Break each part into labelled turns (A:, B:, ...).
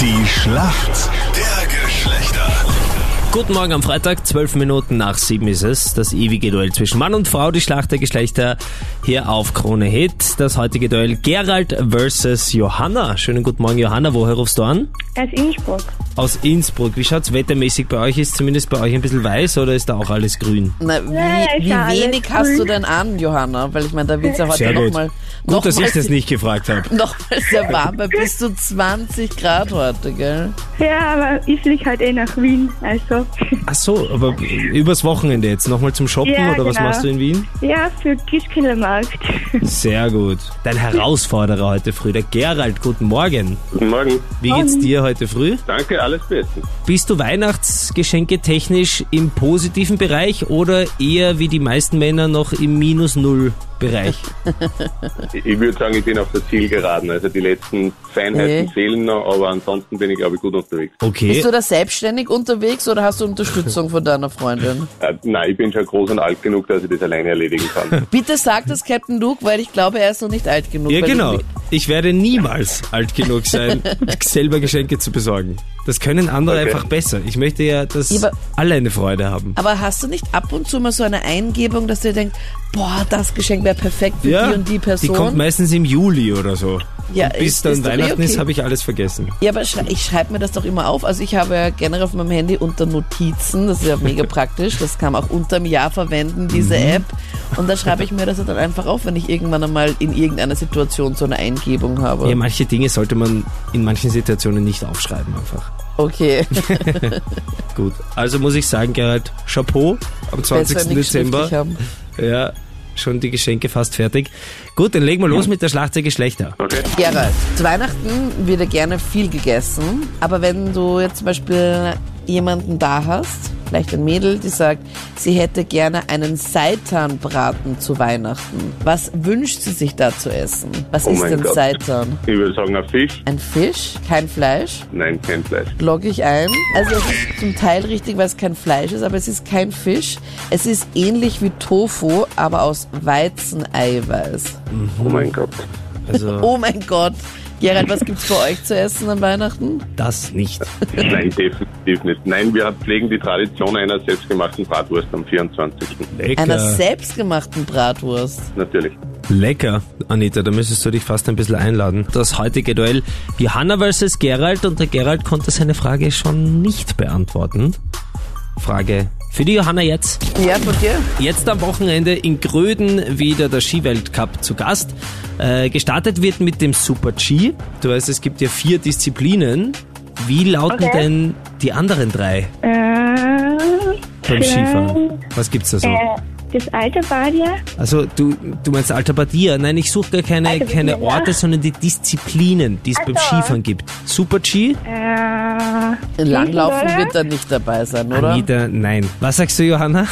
A: Die Schlacht der Geschlechter.
B: Guten Morgen am Freitag, 12 Minuten nach 7 ist es. Das ewige Duell zwischen Mann und Frau, die Schlacht der Geschlechter hier auf Krone Hit. Das heutige Duell Gerald versus Johanna. Schönen guten Morgen, Johanna. Woher rufst du an?
C: Aus Innsbruck.
B: Aus Innsbruck. Wie schaut's wettermäßig bei euch? Ist zumindest bei euch ein bisschen weiß oder ist da auch alles grün?
D: Na, wie,
C: Ja, ist
D: wie
C: ja alles
D: wenig
C: cool.
D: hast du denn an, Johanna? Weil ich meine, da wird es ja heute
B: Sehr gut.
D: nochmal
B: Gut, dass
D: nochmal-
B: ich das nicht gefragt habe.
D: nochmal sehr warm bei bis zu 20 Grad heute, gell?
C: Ja, aber ich fliege halt eh nach Wien, also.
B: Ach so, aber übers Wochenende jetzt nochmal zum Shoppen
C: Ja,
B: oder was
C: genau.
B: machst du in Wien?
C: Ja, für Kischkillermarkt.
B: Sehr gut. Dein Herausforderer heute früh, der Gerald. Guten Morgen.
E: Guten Morgen.
B: Wie geht's dir heute früh?
E: Danke, alles Besten.
B: Bist du Weihnachtsgeschenke technisch im positiven Bereich oder eher wie die meisten Männer noch im Minus Null Bereich?
E: Ich, ich würde sagen, ich bin auf der Zielgeraden. Also die letzten Feinheiten
D: Okay.
E: fehlen noch, aber ansonsten bin ich, glaube ich, gut unterwegs.
B: Okay.
D: Bist du da selbstständig unterwegs oder hast du Unterstützung von deiner Freundin?
E: Äh, nein, ich bin schon groß und alt genug, dass ich das alleine erledigen kann.
D: Bitte sag das Captain Luke, weil ich glaube, er ist noch nicht alt genug.
B: Ja,
D: weil
B: genau.
D: du-
B: Ich werde niemals alt genug sein, selber Geschenke zu besorgen. Das können andere
E: Okay.
B: einfach besser. Ich möchte ja, dass
D: Ja, aber-
B: alle eine Freude haben.
D: Aber hast du nicht ab und zu mal so eine Eingebung, dass du dir denkst, boah, das Geschenk wäre perfekt für
B: Ja,
D: die und die Person?
B: kommt meistens im Juli oder so.
D: Ja,
B: und bis
D: ist-
B: dann
D: ist doch eh
B: Weihnachten ist,
D: okay.
B: habe ich alles vergessen.
D: Ja, aber schrei ich schreibe mir das doch immer auf. Also ich habe ja generell auf meinem Handy unter Notizen, das ist ja mega praktisch, das kann man auch unterm Jahr verwenden, diese
E: Mhm.
D: App. Und da schreibe ich mir das dann einfach auf, wenn ich irgendwann einmal in irgendeiner Situation so eine Eingebung
B: Ja,
D: habe.
B: manche Dinge sollte man in manchen Situationen nicht aufschreiben einfach.
D: Okay.
B: Gut, also muss ich sagen, Gerald, Chapeau am 20.
D: Besser nichts
B: Dezember.
D: schriftlich haben.
B: Ja, schon die Geschenke fast fertig. Gut, dann legen wir los mit der Schlacht der Geschlechter.
E: Okay?
D: Gerald, zu Weihnachten wird ja gerne viel gegessen, aber wenn du jetzt zum Beispiel jemanden da hast, vielleicht ein Mädel, die sagt, sie hätte gerne einen Seitanbraten zu Weihnachten. Was wünscht sie sich da zu essen? Was
E: Oh
D: ist
E: mein
D: denn
E: Gott.
D: Seitan?
E: Ich würde sagen, ein Fisch?
D: Ein Fisch? Kein Fleisch?
E: Nein, kein Fleisch.
D: Logge ich ein. Also es ist zum Teil richtig, weil es kein Fleisch ist, aber es ist kein Fisch. Es ist ähnlich wie Tofu, aber aus Weizeneiweiß.
E: Oh
D: Mhm.
E: mein Gott.
B: Also
D: Oh mein Gott. Gerald, was gibt's für euch zu essen an Weihnachten?
B: das nicht.
E: Nein, definitiv nicht. Nein, wir pflegen die Tradition einer selbstgemachten Bratwurst am 24.
D: Einer
B: Lecker.
D: selbstgemachten Bratwurst.
E: Natürlich.
B: Lecker, Anita, da müsstest du dich fast ein bisschen einladen. Das heutige Duell Johanna versus Gerald und der Gerald konnte seine Frage schon nicht beantworten. Frage für die Johanna jetzt.
D: Ja, von dir?
B: Jetzt am Wochenende in Gröden wieder der Skiweltcup zu Gast. Äh, gestartet wird mit dem Super-G. Du weißt, es gibt ja vier Disziplinen. Wie lauten
C: Okay.
B: denn die anderen drei
C: Äh,
B: beim
C: vielleicht,
B: Skifahren? Was gibt's da so?
C: Äh, das alte Badia.
B: Also du, du meinst Altabadia. Nein, ich suche gar keine,
C: Alta
B: keine
C: Badia.
B: Orte, sondern die Disziplinen, die es
C: Ach
B: beim
C: so.
B: Skifahren gibt. Super-G?
C: Äh,
D: Langlaufen
C: Riesenroller,
D: wird dann nicht dabei sein, oder?
B: Anita, nein. Was sagst du, Johanna?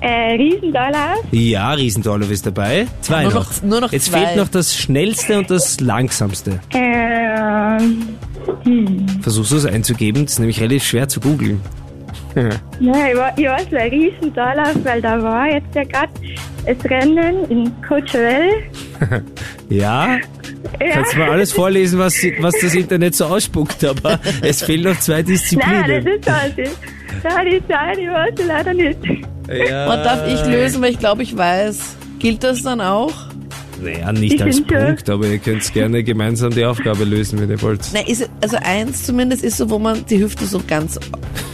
C: Äh, Riesendollar.
B: Ja, Riesendorlauf ist dabei. Zwei
D: Nur
B: noch.
D: noch- nur noch
B: Jetzt
D: zwei.
B: fehlt noch das Schnellste und das Langsamste.
C: Ähm,
B: Versuchst du es einzugeben, das ist nämlich relativ schwer zu googeln.
C: nein, ich wa- ich weiß nicht, Riesendollar, weil da war jetzt ja gerade das Rennen in Coachella.
B: Ja,
C: Ja.
B: kannst du mal alles vorlesen, was, was das Internet so ausspuckt, aber es fehlen noch zwei
C: Nein,
B: Disziplinen.
C: das ist alles. Nein, die Zahlen, ich weiß sie leider nicht.
B: ja.
D: Was darf ich
B: Äh.
D: lösen, weil ich glaube, ich weiß. Gilt das dann auch?
B: Naja, nicht
C: Ich
B: als
C: bin schon-
B: Punkt, aber ihr könnt gerne gemeinsam die Aufgabe lösen, wenn ihr wollt.
D: Na, ist, also eins zumindest ist so, wo man die Hüfte so ganz,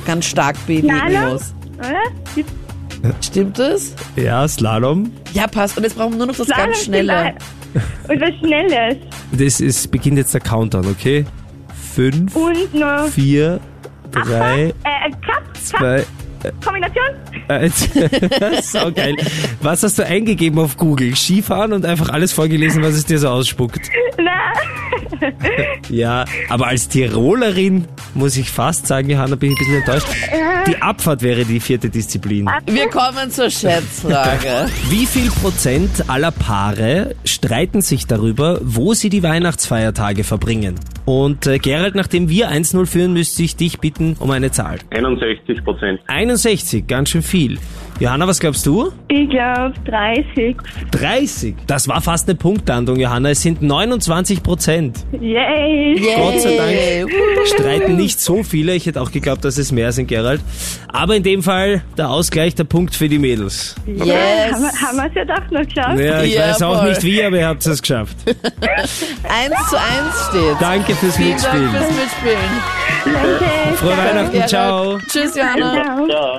D: ganz stark bewegen
C: Slalom?
D: muss.
C: Oder? Die
D: Stimmt das?
B: Ja, Slalom,
D: Ja, passt. Und jetzt brauchen wir nur noch das
C: Zahlen
D: ganz Schnelle.
C: sind alle- Und was Schnelles.
B: das ist, beginnt jetzt der Countdown, okay? Fünf,
C: Und noch.
B: vier, drei,
C: Äh, Cup, Cup,
B: zwei,
C: Kombination.
B: eins. so geil. Was hast du eingegeben auf Google? Skifahren und einfach alles vorgelesen, was es dir so ausspuckt.
C: Na,
B: Ja, aber als Tirolerin muss ich fast sagen, Johanna, bin ich ein bisschen enttäuscht. Die Abfahrt wäre die vierte Disziplin.
D: Wir kommen zur Schätzfrage.
B: Wie viel Prozent aller Paare streiten sich darüber, wo sie die Weihnachtsfeiertage verbringen? Und äh, Gerald, nachdem wir 1-0 führen, müsste ich dich bitten um eine Zahl.
E: 61 Prozent.
B: 61, ganz schön viel. Johanna, was glaubst du?
C: Ich glaube 30.
B: 30. Das war fast eine Punktlandung, Johanna. Es sind 29 Prozent.
C: Yay!
B: Gott sei Dank
D: Yay.
B: streiten nicht so viele. Ich hätte auch geglaubt, dass es mehr sind, Gerald. Aber in dem Fall der Ausgleich, der Punkt für die Mädels.
C: Haben, wir-
D: Yes.
C: haben wir es ja doch noch geschafft?
B: Ja, ich
D: Ja,
B: weiß auch
D: voll.
B: nicht wie, aber ihr habt es geschafft.
D: 1 zu 1 steht.
B: Danke fürs
D: Vielen Dank
B: Mitspielen.
D: fürs Mitspielen.
C: Danke.
B: Frohe Weihnachten,
D: Gerald.
B: ciao.
D: Tschüss, Johanna.
C: Ciao.
E: Ja.